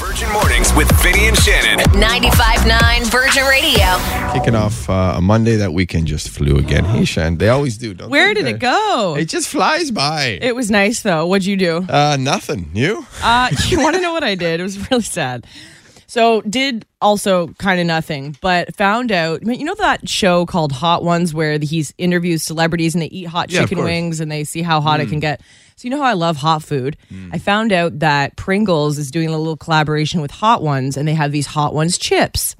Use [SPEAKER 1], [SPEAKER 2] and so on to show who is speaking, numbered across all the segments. [SPEAKER 1] Virgin Mornings with Vinny and Shannon.
[SPEAKER 2] 95.9 Virgin Radio.
[SPEAKER 3] Kicking off uh, a Monday that weekend just flew again. Hey, Shan, they always do. Don't
[SPEAKER 4] Where
[SPEAKER 3] they?
[SPEAKER 4] did
[SPEAKER 3] They-
[SPEAKER 4] it go?
[SPEAKER 3] It just flies by.
[SPEAKER 4] It was nice though. What'd you do?
[SPEAKER 3] uh, nothing. You?
[SPEAKER 4] Uh, you want to know what I did? It was really sad. So did also kind of nothing, but found out. You know that show called Hot Ones where he's interviews celebrities and they eat hot
[SPEAKER 3] Yeah, of
[SPEAKER 4] chicken
[SPEAKER 3] course. Mm.
[SPEAKER 4] wings and they see how hot it can get. So you know how I love hot food. I found out that Pringles is doing a little collaboration with Hot Ones and they have these Hot Ones chips.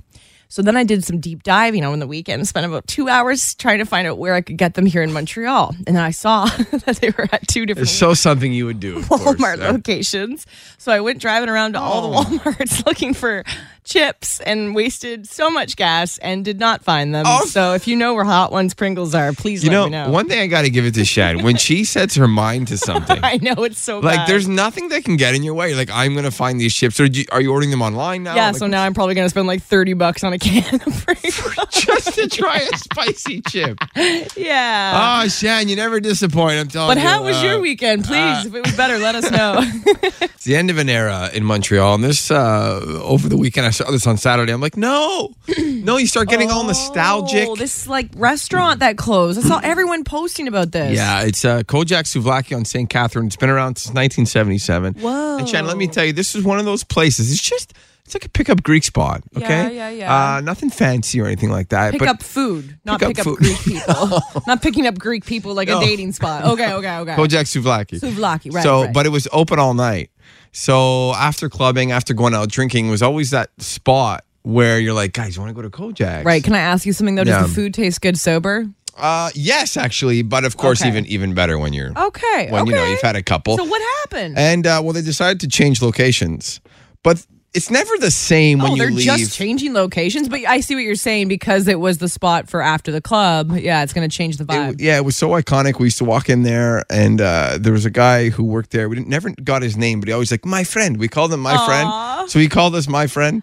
[SPEAKER 4] So then I did some deep diving on the weekend, spent about two hours trying to find out where I could get them here in Montreal. And then I saw that they were at two different
[SPEAKER 3] It's so something you would do. of course. Oh.
[SPEAKER 4] Walmart
[SPEAKER 3] Uh,
[SPEAKER 4] locations. So I went driving around to all the Walmarts looking for chips and wasted so much gas and did not find them.
[SPEAKER 3] Oh.
[SPEAKER 4] So if you know where Hot Ones Pringles are, please
[SPEAKER 3] You
[SPEAKER 4] let
[SPEAKER 3] know,
[SPEAKER 4] me know.
[SPEAKER 3] one thing I got to give it to Shan when she sets her mind to something.
[SPEAKER 4] I know it's so
[SPEAKER 3] Like
[SPEAKER 4] bad.
[SPEAKER 3] there's nothing that can get in your way. Like I'm gonna find these chips. Or do you, are you ordering them online now?
[SPEAKER 4] yeah,
[SPEAKER 3] Like,
[SPEAKER 4] so now I'm probably going to spend like 30 bucks on a can of Pringles.
[SPEAKER 3] just to try a spicy chip.
[SPEAKER 4] yeah.
[SPEAKER 3] Oh, Shan, you never disappoint. I'm telling
[SPEAKER 4] but
[SPEAKER 3] you.
[SPEAKER 4] how was
[SPEAKER 3] Uh,
[SPEAKER 4] your weekend? Please, if it was better, let us know.
[SPEAKER 3] It's the end of an era in Montreal. And this uh, over the weekend, I saw this on Saturday. I'm like, no, no. You start getting all nostalgic.
[SPEAKER 4] Oh, this like restaurant that closed. I saw everyone posting about this.
[SPEAKER 3] yeah, it's uh, Kojak Souvlaki on St. Catherine. It's been around since 1977.
[SPEAKER 4] Whoa.
[SPEAKER 3] And Shannon, let me tell you, this is one of those places. It's just it's like a pickup Greek spot. Okay.
[SPEAKER 4] yeah, yeah.
[SPEAKER 3] Uh, nothing fancy or anything like that.
[SPEAKER 4] Pick
[SPEAKER 3] but
[SPEAKER 4] up food, not
[SPEAKER 3] pick
[SPEAKER 4] pick,
[SPEAKER 3] up
[SPEAKER 4] up,
[SPEAKER 3] food.
[SPEAKER 4] Greek people. Not picking up Greek people like
[SPEAKER 3] No.
[SPEAKER 4] a dating spot. Okay, okay, okay.
[SPEAKER 3] Kojak Souvlaki.
[SPEAKER 4] Souvlaki, right,
[SPEAKER 3] So,
[SPEAKER 4] right.
[SPEAKER 3] but it was open all night. So after clubbing, after going out drinking, was always that spot where you're like, guys, you want to go to Kojak's?
[SPEAKER 4] Right. Can I ask you something though? Does
[SPEAKER 3] Yeah.
[SPEAKER 4] the food taste good sober?
[SPEAKER 3] Uh, yes, actually, but of course,
[SPEAKER 4] Okay.
[SPEAKER 3] even even better when you're
[SPEAKER 4] Okay.
[SPEAKER 3] when
[SPEAKER 4] okay.
[SPEAKER 3] you know you've had a couple.
[SPEAKER 4] So what happened?
[SPEAKER 3] and uh, well, they decided to change locations, but it's never the same when
[SPEAKER 4] oh,
[SPEAKER 3] you
[SPEAKER 4] they're
[SPEAKER 3] leave.
[SPEAKER 4] just changing locations, but I see what you're saying because it was the spot for after the club. Yeah, it's going to change the
[SPEAKER 3] It
[SPEAKER 4] vibe.
[SPEAKER 3] w- yeah, it was so iconic. We used to walk in there, and uh, there was a guy who worked there. We didn't, never got his name, but he always like my friend. We called him my friend, so he called us my friend,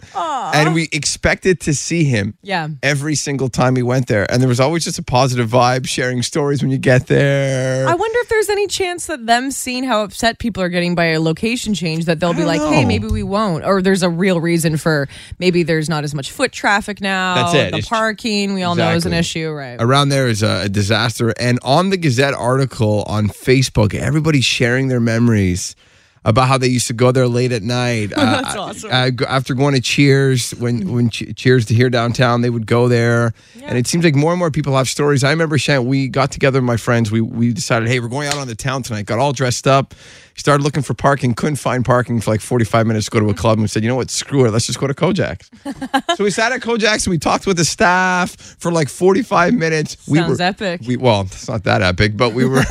[SPEAKER 3] and we expected to see him.
[SPEAKER 4] Yeah.
[SPEAKER 3] every single time we went there, and there was always just a positive vibe, sharing stories when you get there.
[SPEAKER 4] I wonder if there's any chance that them seeing how upset people are getting by a location change that they'll be
[SPEAKER 3] don't
[SPEAKER 4] like,
[SPEAKER 3] know.
[SPEAKER 4] "Hey, maybe we won't," or there's a real reason for maybe there's not as much foot traffic now.
[SPEAKER 3] That's it.
[SPEAKER 4] The
[SPEAKER 3] It's-
[SPEAKER 4] parking we all know is an
[SPEAKER 3] Exactly.
[SPEAKER 4] issue, right?
[SPEAKER 3] around there is a, a disaster. And on the Gazette article on Facebook, everybody's sharing their memories about how they used to go there late at night. Uh, That's
[SPEAKER 4] awesome.
[SPEAKER 3] after going to Cheers, when when Che- Cheers to here downtown, they would go there. And it seems like more and more people have stories. I remember, Shan, we got together with my friends. We, we decided, hey, we're going out on the town tonight. Got all dressed up. Started looking for parking, couldn't find parking for like 45 minutes to go
[SPEAKER 4] Mm-hmm.
[SPEAKER 3] to a club and said, you know what, screw it, let's just go to Kojak's. So we sat at Kojak's and we talked with the staff for like 45 minutes. we
[SPEAKER 4] Sounds epic.
[SPEAKER 3] We, well, it's not that epic, but we were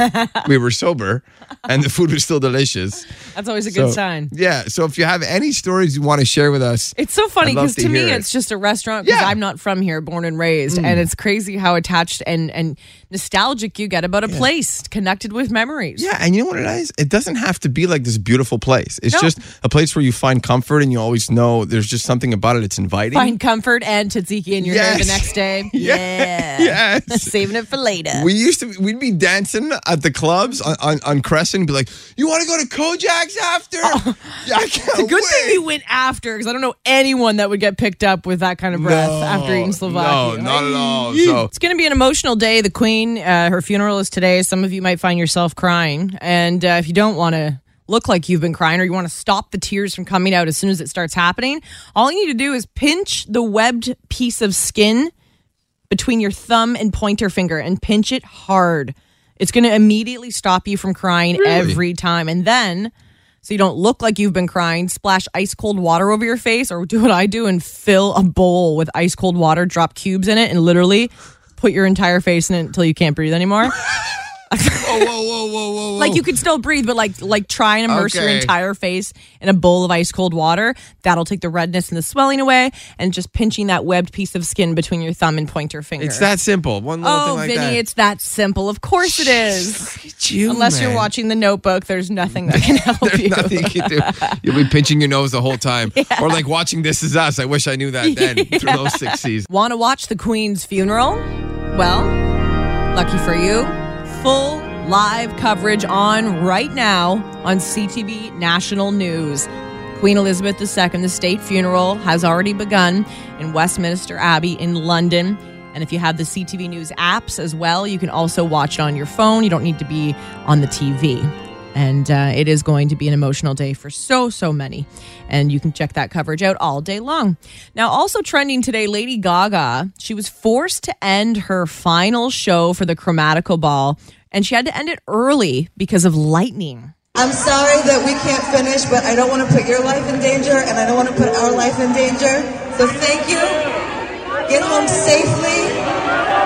[SPEAKER 3] we were sober and the food was still delicious.
[SPEAKER 4] That's always a good
[SPEAKER 3] So,
[SPEAKER 4] sign.
[SPEAKER 3] Yeah. So if you have any stories you want to share with us,
[SPEAKER 4] It's so funny
[SPEAKER 3] I'd love
[SPEAKER 4] because
[SPEAKER 3] to
[SPEAKER 4] to me
[SPEAKER 3] hear it.
[SPEAKER 4] it's just a restaurant because
[SPEAKER 3] Yeah. Mm.
[SPEAKER 4] I'm not from here, born and raised, and it's crazy how attached and and nostalgic you get about a place connected with memories.
[SPEAKER 3] yeah, and you know what it is? It doesn't have to be like this beautiful place. It's
[SPEAKER 4] No.
[SPEAKER 3] just a place where you find comfort and you always know there's just something about it. It's inviting.
[SPEAKER 4] Find comfort and tzatziki in your hair
[SPEAKER 3] Yes.
[SPEAKER 4] the next day.
[SPEAKER 3] Yeah.
[SPEAKER 4] Yeah.
[SPEAKER 3] Yes.
[SPEAKER 4] Saving it for later.
[SPEAKER 3] We used to we'd be dancing at the clubs on, on, on Crescent, and be like, "You want to go to Kojak's after?" Yeah, I can't
[SPEAKER 4] Oh. Good thing
[SPEAKER 3] wait."
[SPEAKER 4] you went after, because I don't know anyone that would get picked up with that kind of breath after eating Slovakia.
[SPEAKER 3] No, not at all. So
[SPEAKER 4] It's going to be an emotional day. The Queen, uh, her funeral is today. Some of you might find yourself crying. And uh, if you don't want to look like you've been crying or you want to stop the tears from coming out as soon as it starts happening, all you need to do is pinch the webbed piece of skin between your thumb and pointer finger and pinch it hard. It's going to immediately stop you from crying every time. And then, so you don't look like you've been crying, splash ice cold water over your face or do what I do and fill a bowl with ice cold water, drop cubes in it, and literally put your entire face in it until you can't breathe anymore.
[SPEAKER 3] whoa, whoa, whoa, whoa, whow, whoa.
[SPEAKER 4] like you could still breathe, but like like try and immerse your
[SPEAKER 3] Okay.
[SPEAKER 4] entire face in a bowl of ice cold water. That'll take the redness and the swelling away, and just pinching that webbed piece of skin between your thumb and pointer finger.
[SPEAKER 3] It's that simple. One little
[SPEAKER 4] Oh,
[SPEAKER 3] thing like
[SPEAKER 4] Vinny,
[SPEAKER 3] that.
[SPEAKER 4] it's that simple. Of course it is.
[SPEAKER 3] Look at you,
[SPEAKER 4] Unless you're
[SPEAKER 3] man.
[SPEAKER 4] watching The Notebook, there's nothing that can help you.
[SPEAKER 3] Nothing you can do. You'll be pinching your nose the whole time, or like watching This Is Us. I wish I knew that then. Through those six seasons.
[SPEAKER 4] Want to watch the Queen's funeral? Well, lucky for you, full live coverage on right now on CTV National News. Queen Elizabeth II, the state funeral has already begun in Westminster Abbey in London. And if you have the CTV News apps as well, you can also watch it on your phone. You don't need to be on the TV. And uh, it is going to be an emotional day for so, so many. And you can check that coverage out all day long. Now, also trending today, Lady Gaga, she was forced to end her final show for the Chromatical Ball, and she had to end it early because of lightning.
[SPEAKER 5] I'm sorry that we can't finish, but I don't want to put your life in danger and I don't want to put our life in danger. So thank you. Get home safely.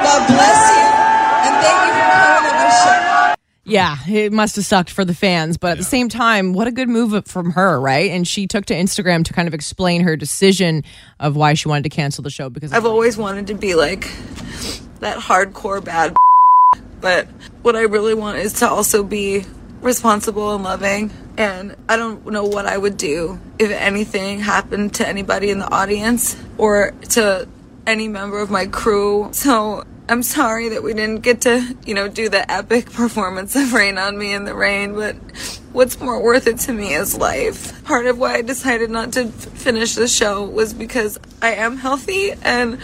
[SPEAKER 5] God bless you. And thank you for coming on our show.
[SPEAKER 4] Yeah, it must have sucked for the fans, but at the same time, what a good move from her, right? And she took to Instagram to kind of explain her decision of why she wanted to cancel the show because
[SPEAKER 6] I've always wanted to be like that hardcore bad, but what I really want is to also be responsible and loving. And I don't know what I would do if anything happened to anybody in the audience or to any member of my crew. So I'm sorry that we didn't get to, you know, do the epic performance of Rain on Me in the Rain, but what's more worth it to me is life. Part of why I decided not to f- finish the show was because I am healthy and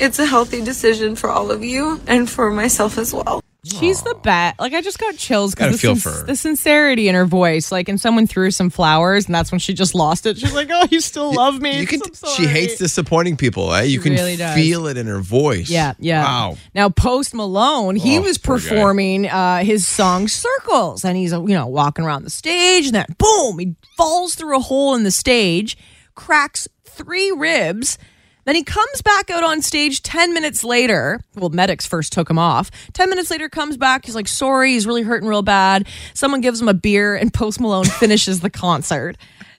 [SPEAKER 6] it's a healthy decision for all of you and for myself as well.
[SPEAKER 4] she's the best. Like, I just got chills
[SPEAKER 7] Gotta
[SPEAKER 4] because the,
[SPEAKER 7] feel
[SPEAKER 4] sin-
[SPEAKER 7] for her.
[SPEAKER 4] the sincerity in her voice. Like, and someone threw some flowers, and that's when she just lost it. She's like, oh, you still love me.
[SPEAKER 3] You can.
[SPEAKER 4] I'm
[SPEAKER 3] She
[SPEAKER 4] sorry."
[SPEAKER 3] hates disappointing people. Eh? You can
[SPEAKER 4] really does.
[SPEAKER 3] feel it in her voice.
[SPEAKER 4] Yeah, yeah.
[SPEAKER 3] Wow.
[SPEAKER 4] Now Post Malone, he
[SPEAKER 7] Oh,
[SPEAKER 4] was
[SPEAKER 7] poor guy.
[SPEAKER 4] performing uh, his song "Circles," and he's uh, you know walking around the stage, and then boom, he falls through a hole in the stage, cracks three ribs. Then he comes back out on stage 10 minutes later. Well, medics first took him off. 10 minutes later, comes back. He's like, sorry, he's really hurting real bad. Someone gives him a beer, and Post Malone finishes the concert.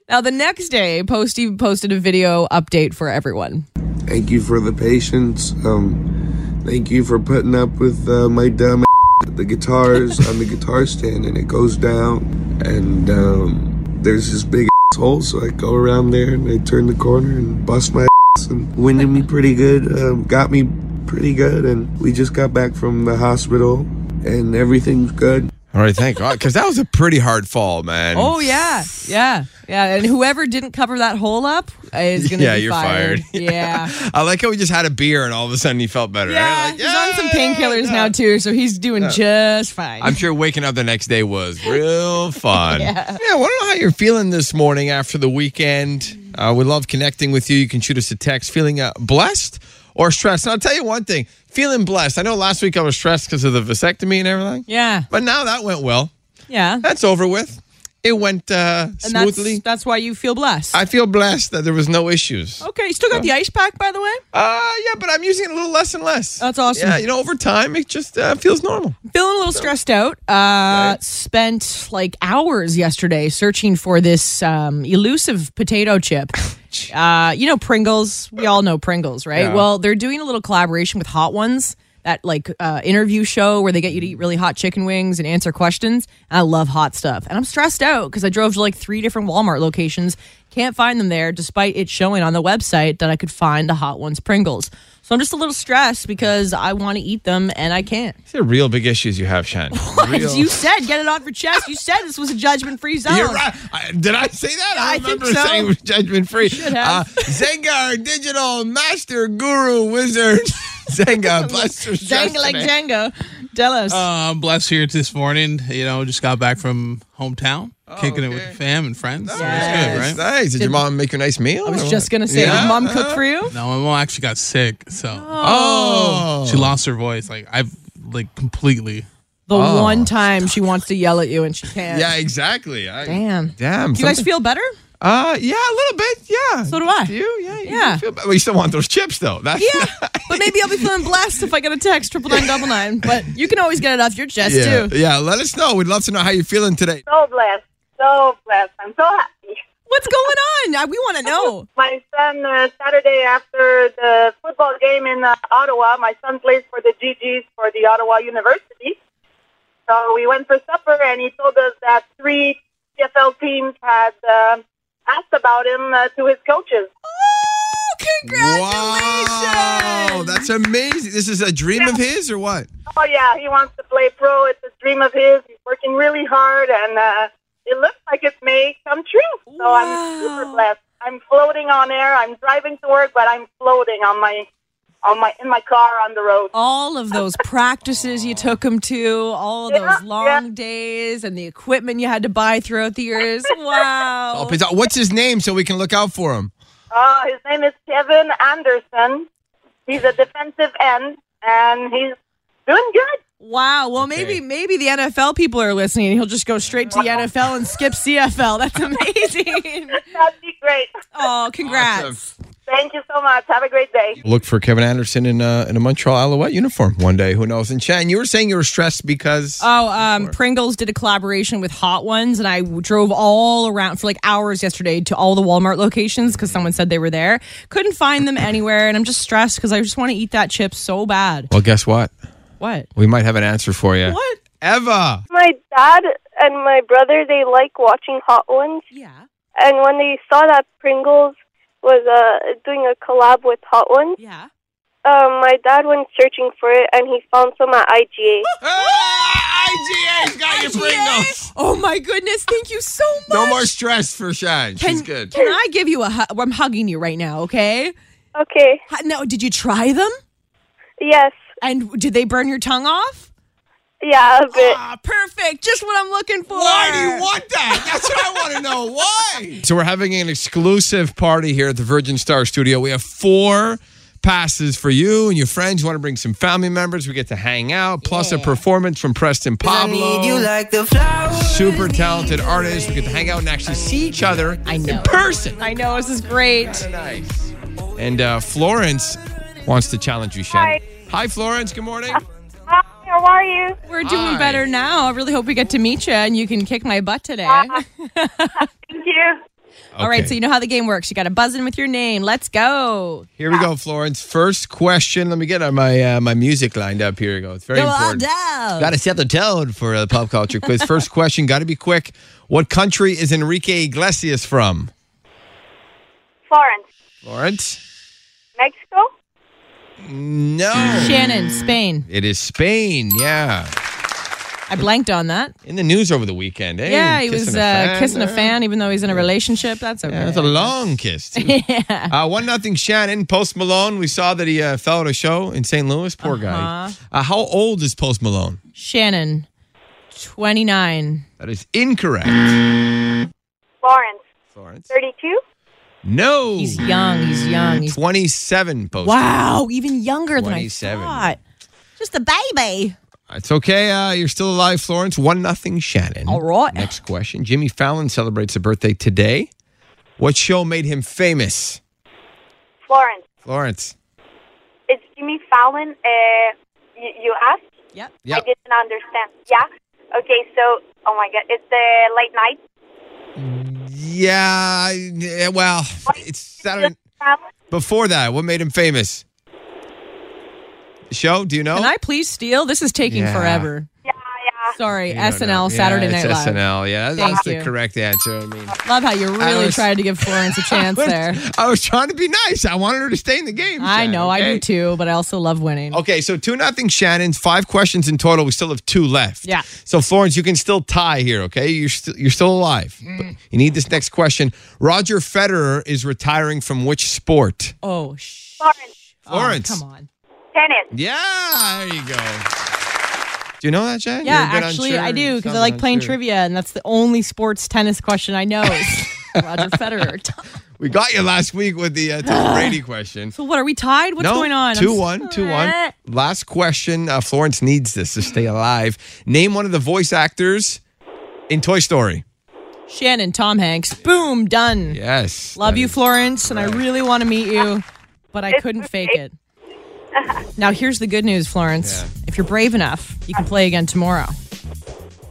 [SPEAKER 4] Now, the next day, Post even posted a video update for everyone.
[SPEAKER 8] Thank you for the patience. Um, thank you for putting up with uh, my dumb the guitars on the guitar stand and it goes down and um, there's this big hole so I go around there and I turn the corner and bust my and winded me pretty good um, got me pretty good and we just got back from the hospital and everything's good
[SPEAKER 3] All right. Thank God, because that was a pretty hard fall, man.
[SPEAKER 4] Oh yeah, yeah, yeah. And whoever didn't cover that hole up is gonna
[SPEAKER 3] Yeah,
[SPEAKER 4] be
[SPEAKER 3] you're
[SPEAKER 4] fired.
[SPEAKER 3] fired.
[SPEAKER 4] Yeah,
[SPEAKER 3] I like how he just had a beer and all of a sudden he felt better. right?
[SPEAKER 4] yeah.
[SPEAKER 3] Like,
[SPEAKER 4] He's on some
[SPEAKER 3] yeah,
[SPEAKER 4] painkillers
[SPEAKER 3] yeah.
[SPEAKER 4] now too, so he's doing just fine.
[SPEAKER 3] I'm sure waking up the next day was real fun. yeah. I want to know how you're feeling this morning after the weekend. Uh, we love connecting with you. You can shoot us a text. Feeling uh, blessed or stressed? And I'll tell you one thing feeling blessed. I know last week I was stressed because of the vasectomy and everything,
[SPEAKER 4] yeah,
[SPEAKER 3] but now that went well.
[SPEAKER 4] yeah.
[SPEAKER 3] That's over with. It went uh,
[SPEAKER 4] And that's
[SPEAKER 3] smoothly.
[SPEAKER 4] that's why you feel blessed.
[SPEAKER 3] I feel blessed that there was no issues.
[SPEAKER 4] okay, you still got the ice pack, by the way.
[SPEAKER 3] Uh, yeah, but I'm using it a little less and less.
[SPEAKER 4] That's awesome.
[SPEAKER 3] Yeah, you know, over time it just uh, feels normal.
[SPEAKER 4] Feeling a little stressed out. Uh, Spent like hours yesterday searching for this um, elusive potato chip. Uh, you know Pringles. We all know Pringles, right?
[SPEAKER 3] Yeah.
[SPEAKER 4] Well, they're doing a little collaboration with Hot Ones, that like uh, interview show where they get you to eat really hot chicken wings and answer questions. And I love hot stuff, and I'm stressed out because I drove to like three different Walmart locations, can't find them there, despite it showing on the website that I could find the Hot Ones Pringles. So I'm just a little stressed because I want to eat them and I can't.
[SPEAKER 3] These are real big issues you have, Shan.
[SPEAKER 4] As you said, get it off your chest. You said this was a judgment free zone.
[SPEAKER 3] You're right. I, did I say that?
[SPEAKER 4] Oh.
[SPEAKER 3] I
[SPEAKER 4] I think
[SPEAKER 3] remember
[SPEAKER 4] so.
[SPEAKER 3] saying judgment free.
[SPEAKER 4] should have.
[SPEAKER 3] Uh, Zengar, digital master guru wizard. Zengar, buster.
[SPEAKER 4] Django like Django. Tell us.
[SPEAKER 3] Uh,
[SPEAKER 7] Um, blessed here this morning. You know, just got back from hometown, kicking it with the fam and friends. That's
[SPEAKER 4] Yes.
[SPEAKER 7] good, right?
[SPEAKER 3] Oh, Nice. Did your mom make you a nice meal?
[SPEAKER 4] I was just gonna say, did mom cook for you?
[SPEAKER 7] No, my mom actually got sick, so
[SPEAKER 3] Oh.
[SPEAKER 7] she lost her voice. Like I've like completely.
[SPEAKER 4] The one time she wants to yell at you and she can't.
[SPEAKER 3] Oh. Yeah, exactly. I,
[SPEAKER 4] Damn.
[SPEAKER 3] Damn.
[SPEAKER 4] Do you guys feel better?
[SPEAKER 3] Uh, yeah, a little bit. Yeah.
[SPEAKER 4] So do I.
[SPEAKER 3] Do you? Yeah. You
[SPEAKER 4] Yeah.
[SPEAKER 3] do Feel bad. Well, you still want those chips though. That's
[SPEAKER 4] Yeah. but maybe I'll be feeling blessed if I get a text triple nine double nine. But you can always get it off your chest
[SPEAKER 3] Yeah.
[SPEAKER 4] too.
[SPEAKER 3] yeah. Let us know. We'd love to know how you're feeling today.
[SPEAKER 9] so blessed, so blessed. I'm so happy.
[SPEAKER 4] What's going on? I- We want to know.
[SPEAKER 9] My son, uh, Saturday after the football game in uh, Ottawa, my son plays for the GGs for the Ottawa University. So we went for supper, and he told us that three CFL teams had uh, asked about him uh, to his coaches.
[SPEAKER 4] Oh,
[SPEAKER 3] Wow.
[SPEAKER 4] congratulations!
[SPEAKER 3] That's amazing. This is a dream of his or what?
[SPEAKER 9] Oh yeah, he wants to play pro. It's a dream of his. He's working really hard, and uh, it looks like it may come true. So I'm super blessed. I'm floating on air. I'm driving to work, but I'm floating on my on my in my car on the road.
[SPEAKER 4] all of those practices you took him to, all of
[SPEAKER 9] Yeah,
[SPEAKER 4] those
[SPEAKER 9] yeah.
[SPEAKER 4] long days, and the equipment you had to buy throughout the years. Wow.
[SPEAKER 3] Opens out- What's his name so we can look out for him?
[SPEAKER 9] Uh, his name is Kevin Anderson. He's a defensive end, and he's doing good.
[SPEAKER 4] Wow. Well, maybe maybe the NFL people are listening, and he'll just go straight to the NFL and skip CFL. That's amazing.
[SPEAKER 9] That'd be great.
[SPEAKER 4] oh, congrats.
[SPEAKER 9] Thank you so much. Have a great day.
[SPEAKER 3] Look for Kevin Anderson in a, in a Montreal Alouette uniform one day. Who knows? And Shan, you were saying you were stressed because
[SPEAKER 4] Oh, um, Pringles did a collaboration with Hot Ones, and I w- drove all around for like hours yesterday to all the Walmart locations because someone said they were there. Couldn't find them anywhere, and I'm just stressed because I just want to eat that chip so bad.
[SPEAKER 3] well, guess what?
[SPEAKER 4] What?
[SPEAKER 3] We might have an answer for you.
[SPEAKER 4] What?
[SPEAKER 3] Eva.
[SPEAKER 10] My dad and my brother they like watching Hot Ones,
[SPEAKER 4] Yeah.
[SPEAKER 10] and when they saw that Pringles was uh, doing a collab with Hot Ones,
[SPEAKER 4] Yeah.
[SPEAKER 10] um, my dad went searching for it and he found some at IGA.
[SPEAKER 3] Ah, IGA's got your Pringles.
[SPEAKER 4] Oh my goodness! Thank you so much.
[SPEAKER 3] No more stress for Shan.
[SPEAKER 4] Can,
[SPEAKER 3] She's good.
[SPEAKER 4] Can I give you a? Hu- I'm hugging you right now. Okay.
[SPEAKER 10] Okay,
[SPEAKER 4] Hu- No, did you try them?
[SPEAKER 10] yes,
[SPEAKER 4] And did they burn your tongue off?
[SPEAKER 10] yeah, a bit.
[SPEAKER 4] Ah, perfect. Just what I'm looking for.
[SPEAKER 3] Why do you want that? That's what I want to know. Why? So we're having an exclusive party here at the Virgin Star Studio. We have four passes for you and your friends. You want to bring some family members? We get to hang out. Plus a performance from Preston Pablo. Super talented artist. We get to hang out and actually see each other
[SPEAKER 4] I know.
[SPEAKER 3] in person.
[SPEAKER 4] I know this is great.
[SPEAKER 3] Nice. And uh, Florence wants to challenge you, Shen.
[SPEAKER 10] Hi.
[SPEAKER 3] Hi, Florence. Good morning.
[SPEAKER 10] Hi, how are you?
[SPEAKER 4] We're doing
[SPEAKER 3] Hi.
[SPEAKER 4] better now. I really hope we get to meet you and you can kick my butt today.
[SPEAKER 9] Thank you.
[SPEAKER 4] All right, so you know how the game works. You got to buzz in with your name. Let's go.
[SPEAKER 3] Here we go, Florence. First question. Let me get uh, my uh, my music lined up. Here we go. It's very important. Got to set the tone for a pop culture quiz. First question. Got to be quick. What country is Enrique Iglesias from?
[SPEAKER 10] Florence,
[SPEAKER 3] Florence.
[SPEAKER 10] Mexico.
[SPEAKER 3] No.
[SPEAKER 4] Shannon, Spain.
[SPEAKER 3] It is Spain. Yeah.
[SPEAKER 4] I blanked on that.
[SPEAKER 3] In the news over the weekend. Eh?
[SPEAKER 4] yeah, he was
[SPEAKER 3] a
[SPEAKER 4] uh,
[SPEAKER 3] fan
[SPEAKER 4] kissing a
[SPEAKER 3] there.
[SPEAKER 4] fan, even though he's in a relationship. That's okay.
[SPEAKER 3] Yeah, that's a long kiss. Too. Uh, one nothing Shannon. Post Malone. We saw that he uh, fell at a show in St. Louis. Poor guy.
[SPEAKER 4] Uh-huh.
[SPEAKER 3] Uh, how old is Post Malone?
[SPEAKER 4] Shannon, 29.
[SPEAKER 3] That is incorrect.
[SPEAKER 10] Florence,
[SPEAKER 3] Florence.
[SPEAKER 10] 32.
[SPEAKER 3] No.
[SPEAKER 4] He's young. He's young. He's
[SPEAKER 3] 27 post.
[SPEAKER 4] Wow, even younger than I
[SPEAKER 3] 27.
[SPEAKER 4] thought. Just a baby.
[SPEAKER 3] It's okay. Uh, you're still alive, Florence. One nothing Shannon.
[SPEAKER 4] All right.
[SPEAKER 3] Next question. Jimmy Fallon celebrates a birthday today. What show made him famous?
[SPEAKER 10] Florence,
[SPEAKER 3] Florence.
[SPEAKER 10] it's Jimmy Fallon. Uh, you, you asked.
[SPEAKER 4] Yep.
[SPEAKER 3] Yeah.
[SPEAKER 10] I didn't understand. Yeah. Okay, so oh my god, it's the late night.
[SPEAKER 3] Yeah. I- yeah, Well, it's Saturday. Before that, what made him famous? The show? Do you know?
[SPEAKER 4] Can I please steal? This is taking
[SPEAKER 3] Yeah.
[SPEAKER 4] forever.
[SPEAKER 10] Yeah, yeah.
[SPEAKER 4] Sorry,
[SPEAKER 3] You don't
[SPEAKER 4] SNL,
[SPEAKER 3] know.
[SPEAKER 4] Saturday
[SPEAKER 3] yeah,
[SPEAKER 4] Night
[SPEAKER 3] it's
[SPEAKER 4] Live.
[SPEAKER 3] SNL. Yeah, that's,
[SPEAKER 4] Thank
[SPEAKER 3] that's the
[SPEAKER 4] you.
[SPEAKER 3] correct answer. I mean,
[SPEAKER 4] Love how you really
[SPEAKER 3] was-
[SPEAKER 4] tried to give Florence a chance there.
[SPEAKER 3] I was trying to be nice. I wanted her to stay in the game.
[SPEAKER 4] I know, I do
[SPEAKER 3] too.
[SPEAKER 4] too, but I also love winning.
[SPEAKER 3] Okay, so two nothing, Shannon. Five questions in total. We still have two left.
[SPEAKER 4] Yeah.
[SPEAKER 3] So Florence, you can still tie here. Okay, you're still you're still alive.
[SPEAKER 4] Mm.
[SPEAKER 3] But you need this next question. Roger Federer is retiring from which sport?
[SPEAKER 4] Oh, sh-
[SPEAKER 10] Florence,
[SPEAKER 3] Florence.
[SPEAKER 4] Oh, come on.
[SPEAKER 10] tennis.
[SPEAKER 3] Yeah, there you go. Do you know that, Shannon?
[SPEAKER 4] Yeah,
[SPEAKER 3] You're a bit
[SPEAKER 4] actually,
[SPEAKER 3] unsure,
[SPEAKER 4] I do because I
[SPEAKER 3] sounded
[SPEAKER 4] like playing
[SPEAKER 3] unsure.
[SPEAKER 4] trivia, and that's the only sports tennis question I know. Is Roger Federer.
[SPEAKER 3] We got you last week with the uh, Tom Brady question.
[SPEAKER 4] So what are we tied? What's
[SPEAKER 3] no,
[SPEAKER 4] going on? I'm
[SPEAKER 3] Two
[SPEAKER 4] s-
[SPEAKER 3] one, two one. Last question. Uh, Florence needs this to stay alive. Name one of the voice actors in Toy Story.
[SPEAKER 4] Shannon, Tom Hanks. Boom, done.
[SPEAKER 3] Yes.
[SPEAKER 4] Love
[SPEAKER 3] that
[SPEAKER 4] you,
[SPEAKER 3] is-
[SPEAKER 4] Florence, and I really want to meet you, but I couldn't fake it. Now here's the good news, Florence.
[SPEAKER 3] Yeah.
[SPEAKER 4] If you're brave enough, you can play again tomorrow.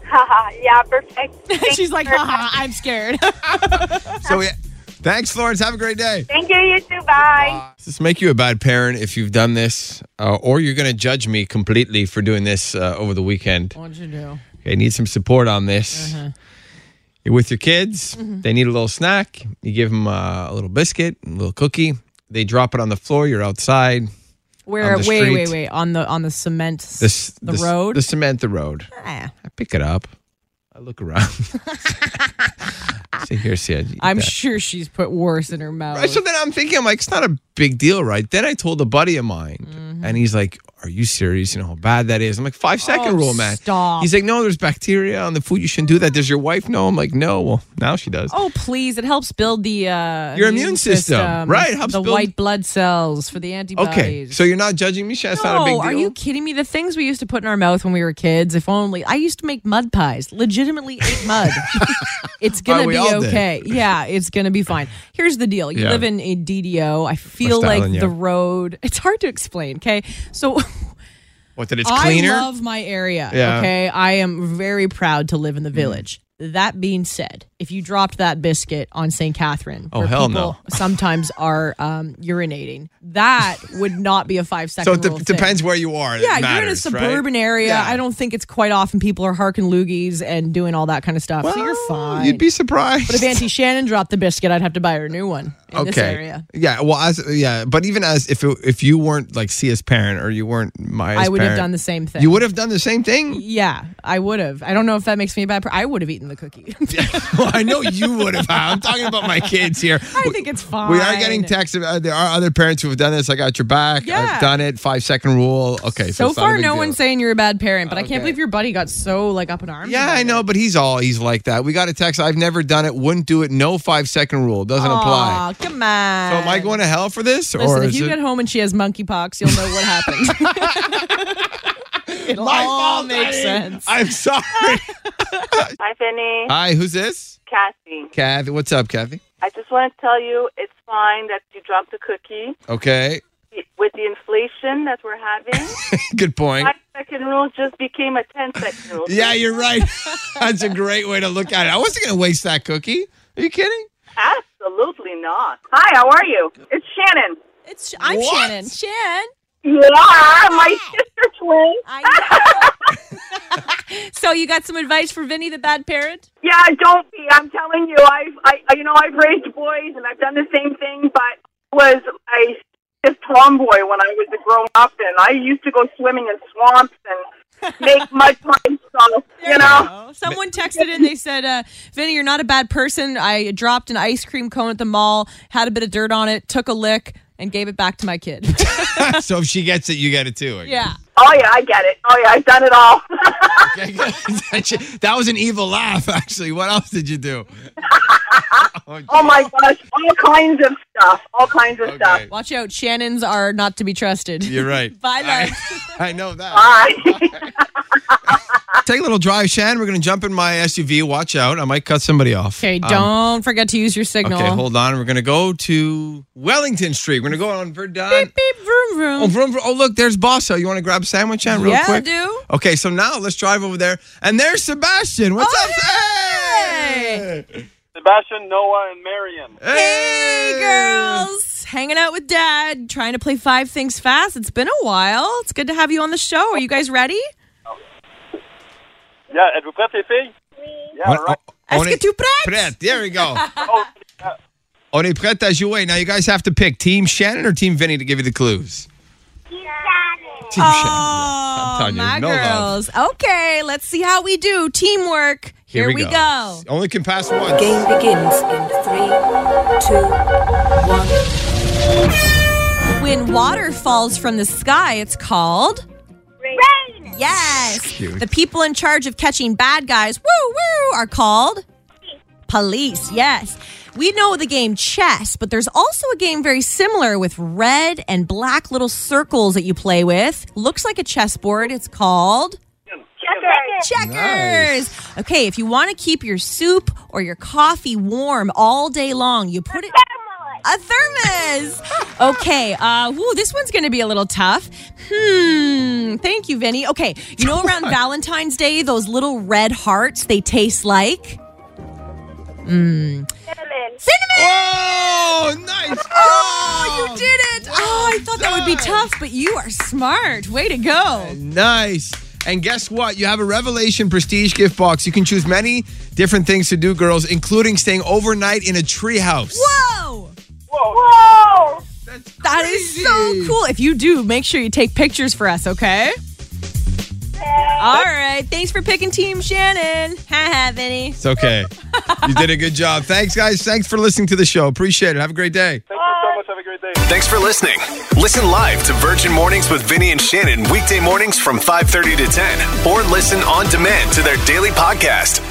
[SPEAKER 10] Haha, yeah, perfect. Thank
[SPEAKER 4] She's like,
[SPEAKER 10] you very
[SPEAKER 4] haha, I'm scared.
[SPEAKER 3] So yeah. Thanks, Florence. Have a great day.
[SPEAKER 10] Thank you, you too. Bye.
[SPEAKER 3] Does this make you a bad parent if you've done this, uh, or you're going to judge me completely for doing this uh, over the weekend?
[SPEAKER 4] What'd you do?
[SPEAKER 3] Okay, need some support on this.
[SPEAKER 4] Mm-hmm.
[SPEAKER 3] You're with your kids. They need a little snack. You give them uh, a little biscuit, a little cookie. They drop it on the floor. You're outside.
[SPEAKER 4] Where?
[SPEAKER 3] on the
[SPEAKER 4] wait, wait,
[SPEAKER 3] street.
[SPEAKER 4] wait. On the on the cement.
[SPEAKER 3] This
[SPEAKER 4] the road.
[SPEAKER 3] The cement. The road.
[SPEAKER 4] Ah.
[SPEAKER 3] I pick it up. I look around. Say, here, see, I eat
[SPEAKER 4] I'm
[SPEAKER 3] that."
[SPEAKER 4] sure she's put worse in her mouth.
[SPEAKER 3] Right, so then I'm thinking, I'm like, it's not a big deal, right? Then I told a buddy of mine,
[SPEAKER 4] Mm-hmm.
[SPEAKER 3] and he's like, "Are you serious? You know how bad that is." I'm like, five second
[SPEAKER 4] Oh,
[SPEAKER 3] rule, man."
[SPEAKER 4] stop.
[SPEAKER 3] He's like, "No, there's bacteria on the food. You shouldn't do that." Does your wife know? I'm like, "No." Well, now she does.
[SPEAKER 4] Oh please! It helps build the uh,
[SPEAKER 3] Your immune system, right, it helps
[SPEAKER 4] the
[SPEAKER 3] build-
[SPEAKER 4] white blood cells for the antibodies.
[SPEAKER 3] okay, so you're not judging me, Shan? It's not a big
[SPEAKER 4] no,
[SPEAKER 3] deal.
[SPEAKER 4] are you kidding me? The things we used to put in our mouth when we were kids, if only I used to make mud pies. Legitimately ate mud. it's gonna
[SPEAKER 3] Oh, we
[SPEAKER 4] be
[SPEAKER 3] all did.
[SPEAKER 4] okay. Yeah, it's gonna be fine. Here's the deal. You
[SPEAKER 3] Yeah.
[SPEAKER 4] live in a DDO. I feel
[SPEAKER 3] West
[SPEAKER 4] like
[SPEAKER 3] Island, yeah.
[SPEAKER 4] the road. It's hard to explain. Okay, so
[SPEAKER 3] what? That it's
[SPEAKER 4] I
[SPEAKER 3] cleaner?
[SPEAKER 4] love my area.
[SPEAKER 3] Yeah. Mm.
[SPEAKER 4] Okay. I am very proud to live in the village. That being said, if you dropped that biscuit on St. Catherine,
[SPEAKER 3] Oh,
[SPEAKER 4] where
[SPEAKER 3] hell
[SPEAKER 4] people
[SPEAKER 3] no.
[SPEAKER 4] sometimes are um, urinating, that would not be a five second
[SPEAKER 3] so it de-
[SPEAKER 4] rule. thing.
[SPEAKER 3] depends where you are. It
[SPEAKER 4] Yeah,
[SPEAKER 3] matters,
[SPEAKER 4] you're
[SPEAKER 3] right?
[SPEAKER 4] in a suburban area.
[SPEAKER 3] Yeah.
[SPEAKER 4] I don't think it's quite often people are harking loogies and doing all that kind of stuff. so you're
[SPEAKER 3] Well,
[SPEAKER 4] fine.
[SPEAKER 3] You'd be surprised.
[SPEAKER 4] but if Auntie Shannon dropped the biscuit, I'd have to buy her a new one in this area.
[SPEAKER 3] Yeah. Well, as yeah, but even as if it, if you weren't like Sia's parent or you weren't my,
[SPEAKER 4] I would have done the same thing.
[SPEAKER 3] You would have done the same thing.
[SPEAKER 4] Yeah, I would have. I don't know if that makes me a bad per- I would have eaten the cookie.
[SPEAKER 3] well, I know you would have. I'm talking about my kids here.
[SPEAKER 4] I think it's fine.
[SPEAKER 3] We are getting texts. Uh, there are other parents who have done this. I got your back.
[SPEAKER 4] Yeah.
[SPEAKER 3] I've done it. Five second rule. Okay. So,
[SPEAKER 4] So,
[SPEAKER 3] it's not a
[SPEAKER 4] far,
[SPEAKER 3] big
[SPEAKER 4] no
[SPEAKER 3] deal.
[SPEAKER 4] one's saying you're a bad parent, but I
[SPEAKER 3] Okay.
[SPEAKER 4] can't believe your buddy got so like up in arms.
[SPEAKER 3] Yeah,
[SPEAKER 4] about
[SPEAKER 3] I know,
[SPEAKER 4] it.
[SPEAKER 3] but he's all he's like that. We got a text. I've never done it. Wouldn't do it. No five second rule. Doesn't apply.
[SPEAKER 4] Aw, come on.
[SPEAKER 3] So am I going to hell for this?
[SPEAKER 4] Listen,
[SPEAKER 3] or
[SPEAKER 4] if
[SPEAKER 3] is
[SPEAKER 4] you
[SPEAKER 3] it-
[SPEAKER 4] get home and she has monkeypox, you'll know what happened. It'll
[SPEAKER 3] My
[SPEAKER 4] all
[SPEAKER 3] fault,
[SPEAKER 4] make
[SPEAKER 3] Daddy.
[SPEAKER 4] sense.
[SPEAKER 3] I'm sorry.
[SPEAKER 11] Hi, Vinny.
[SPEAKER 3] Hi, who's this?
[SPEAKER 11] Kathy.
[SPEAKER 3] Kathy. What's up, Kathy?
[SPEAKER 11] I just want to tell you it's fine that you dropped the cookie
[SPEAKER 3] Okay.
[SPEAKER 11] with the inflation that we're having.
[SPEAKER 3] Good point.
[SPEAKER 11] Five second rule just became a ten second rule.
[SPEAKER 3] Yeah, you're right. That's a great way to look at it. I wasn't going to waste that cookie. Are you kidding?
[SPEAKER 11] Absolutely not.
[SPEAKER 9] Hi, how are you? It's Shannon.
[SPEAKER 4] It's I'm
[SPEAKER 3] What?
[SPEAKER 4] Shannon. Shan.
[SPEAKER 9] Yeah, my sister twin.
[SPEAKER 4] I know. so you got some advice for Vinny, the bad parent?
[SPEAKER 9] Yeah, don't be. I'm telling you, I've, I, I- you know, I've raised boys and I've done the same thing, but was I just tomboy when I was a grown up, and I used to go swimming in swamps and make mud pies. So you know,
[SPEAKER 4] Someone texted in. They said, uh, "Vinny, you're not a bad person. I dropped an ice cream cone at the mall, had a bit of dirt on it, took a lick, and gave it back to my kid."
[SPEAKER 3] so if she gets it, you get it too. I guess.
[SPEAKER 4] yeah.
[SPEAKER 9] oh yeah, I get it. Oh yeah, I've done it all.
[SPEAKER 3] Okay, good. that was an evil laugh, actually. What else did you do?
[SPEAKER 9] oh my gosh, all kinds of stuff, all kinds of stuff.
[SPEAKER 3] Okay.
[SPEAKER 4] Watch out, Shannon's are not to be trusted.
[SPEAKER 3] You're right.
[SPEAKER 4] Bye, love.
[SPEAKER 3] I, I know that.
[SPEAKER 9] Bye.
[SPEAKER 3] Take a little drive, Shan. We're going to jump in my SUV. Watch out. I might cut somebody off.
[SPEAKER 4] Okay,
[SPEAKER 3] Um,
[SPEAKER 4] don't forget to use your signal.
[SPEAKER 3] Okay, hold on. We're going to go to Wellington Street. We're going to go on Verdun.
[SPEAKER 4] Beep, vroom, vroom.
[SPEAKER 3] Oh, vroom, vroom. oh, look, there's Bosso. You want to grab a sandwich, Shan, Oh, real
[SPEAKER 4] yeah,
[SPEAKER 3] quick?
[SPEAKER 4] do.
[SPEAKER 3] Okay, so now let's drive over there. And there's Sebastian. What's
[SPEAKER 4] Oh,
[SPEAKER 3] up?
[SPEAKER 4] hey!
[SPEAKER 3] Hey!
[SPEAKER 12] Sebastian, Noah, and Marion.
[SPEAKER 4] Hey, girls. Hanging out with dad, trying to play five things fast. It's been a while. It's good to have you on the show. Are you guys ready?
[SPEAKER 12] Yeah, êtes-vous prête, les filles? Yeah,
[SPEAKER 3] On,
[SPEAKER 12] right.
[SPEAKER 3] on- on
[SPEAKER 4] Est-ce que
[SPEAKER 3] est
[SPEAKER 4] tu prêtes?
[SPEAKER 3] prêt. There we go.
[SPEAKER 12] Oh, yeah.
[SPEAKER 3] On est prêt à jouer. Now, you guys have to pick Team Shannon or Team Vinny to give you the clues. Team
[SPEAKER 4] Oh,
[SPEAKER 3] Shannon.
[SPEAKER 4] my
[SPEAKER 3] I'm telling you, no love.
[SPEAKER 4] girls. Okay, let's see how we do. Teamwork. Here, we, go.
[SPEAKER 3] Only can pass one.
[SPEAKER 13] Game begins in three, two, one.
[SPEAKER 4] When water falls from the sky, it's called.
[SPEAKER 10] Rain.
[SPEAKER 4] Yes.
[SPEAKER 3] Cute.
[SPEAKER 4] The people in charge of catching bad guys, woo woo, are called police. Yes. We know the game chess, but there's also a game very similar with red and black little circles that you play with. Looks like a chessboard. It's called checkers. Okay, if you want to keep your soup or your coffee warm all day long, you put it a thermos. okay. Uh, ooh, this one's going to be a little tough. Hmm. Thank you, Vinny. Okay. You know, around Valentine's Day, those little red hearts, they taste like Hmm.
[SPEAKER 10] Cinnamon.
[SPEAKER 4] cinnamon.
[SPEAKER 3] Oh, nice.
[SPEAKER 4] Oh, you did it. Oh, I thought that would be
[SPEAKER 3] done.
[SPEAKER 4] tough, but you are smart. Way to go.
[SPEAKER 3] Nice. And guess what? You have a Revelation Prestige gift box. You can choose many different things to do, girls, including staying overnight in a treehouse.
[SPEAKER 4] Whoa.
[SPEAKER 10] Whoa.
[SPEAKER 4] That is so
[SPEAKER 3] Crazy.
[SPEAKER 4] cool. If you do, make sure you take pictures for us, okay? All right. Thanks for picking Team Shannon. Ha Vinny.
[SPEAKER 3] It's okay. you did a good job. Thanks, guys. Thanks for listening to the show. Appreciate it. Have a great day.
[SPEAKER 12] Thank you so much. Have a great day.
[SPEAKER 1] Thanks for listening. Listen live to Virgin Mornings with Vinny and Shannon weekday mornings from 5:30 to 10 or listen on demand to their daily podcast.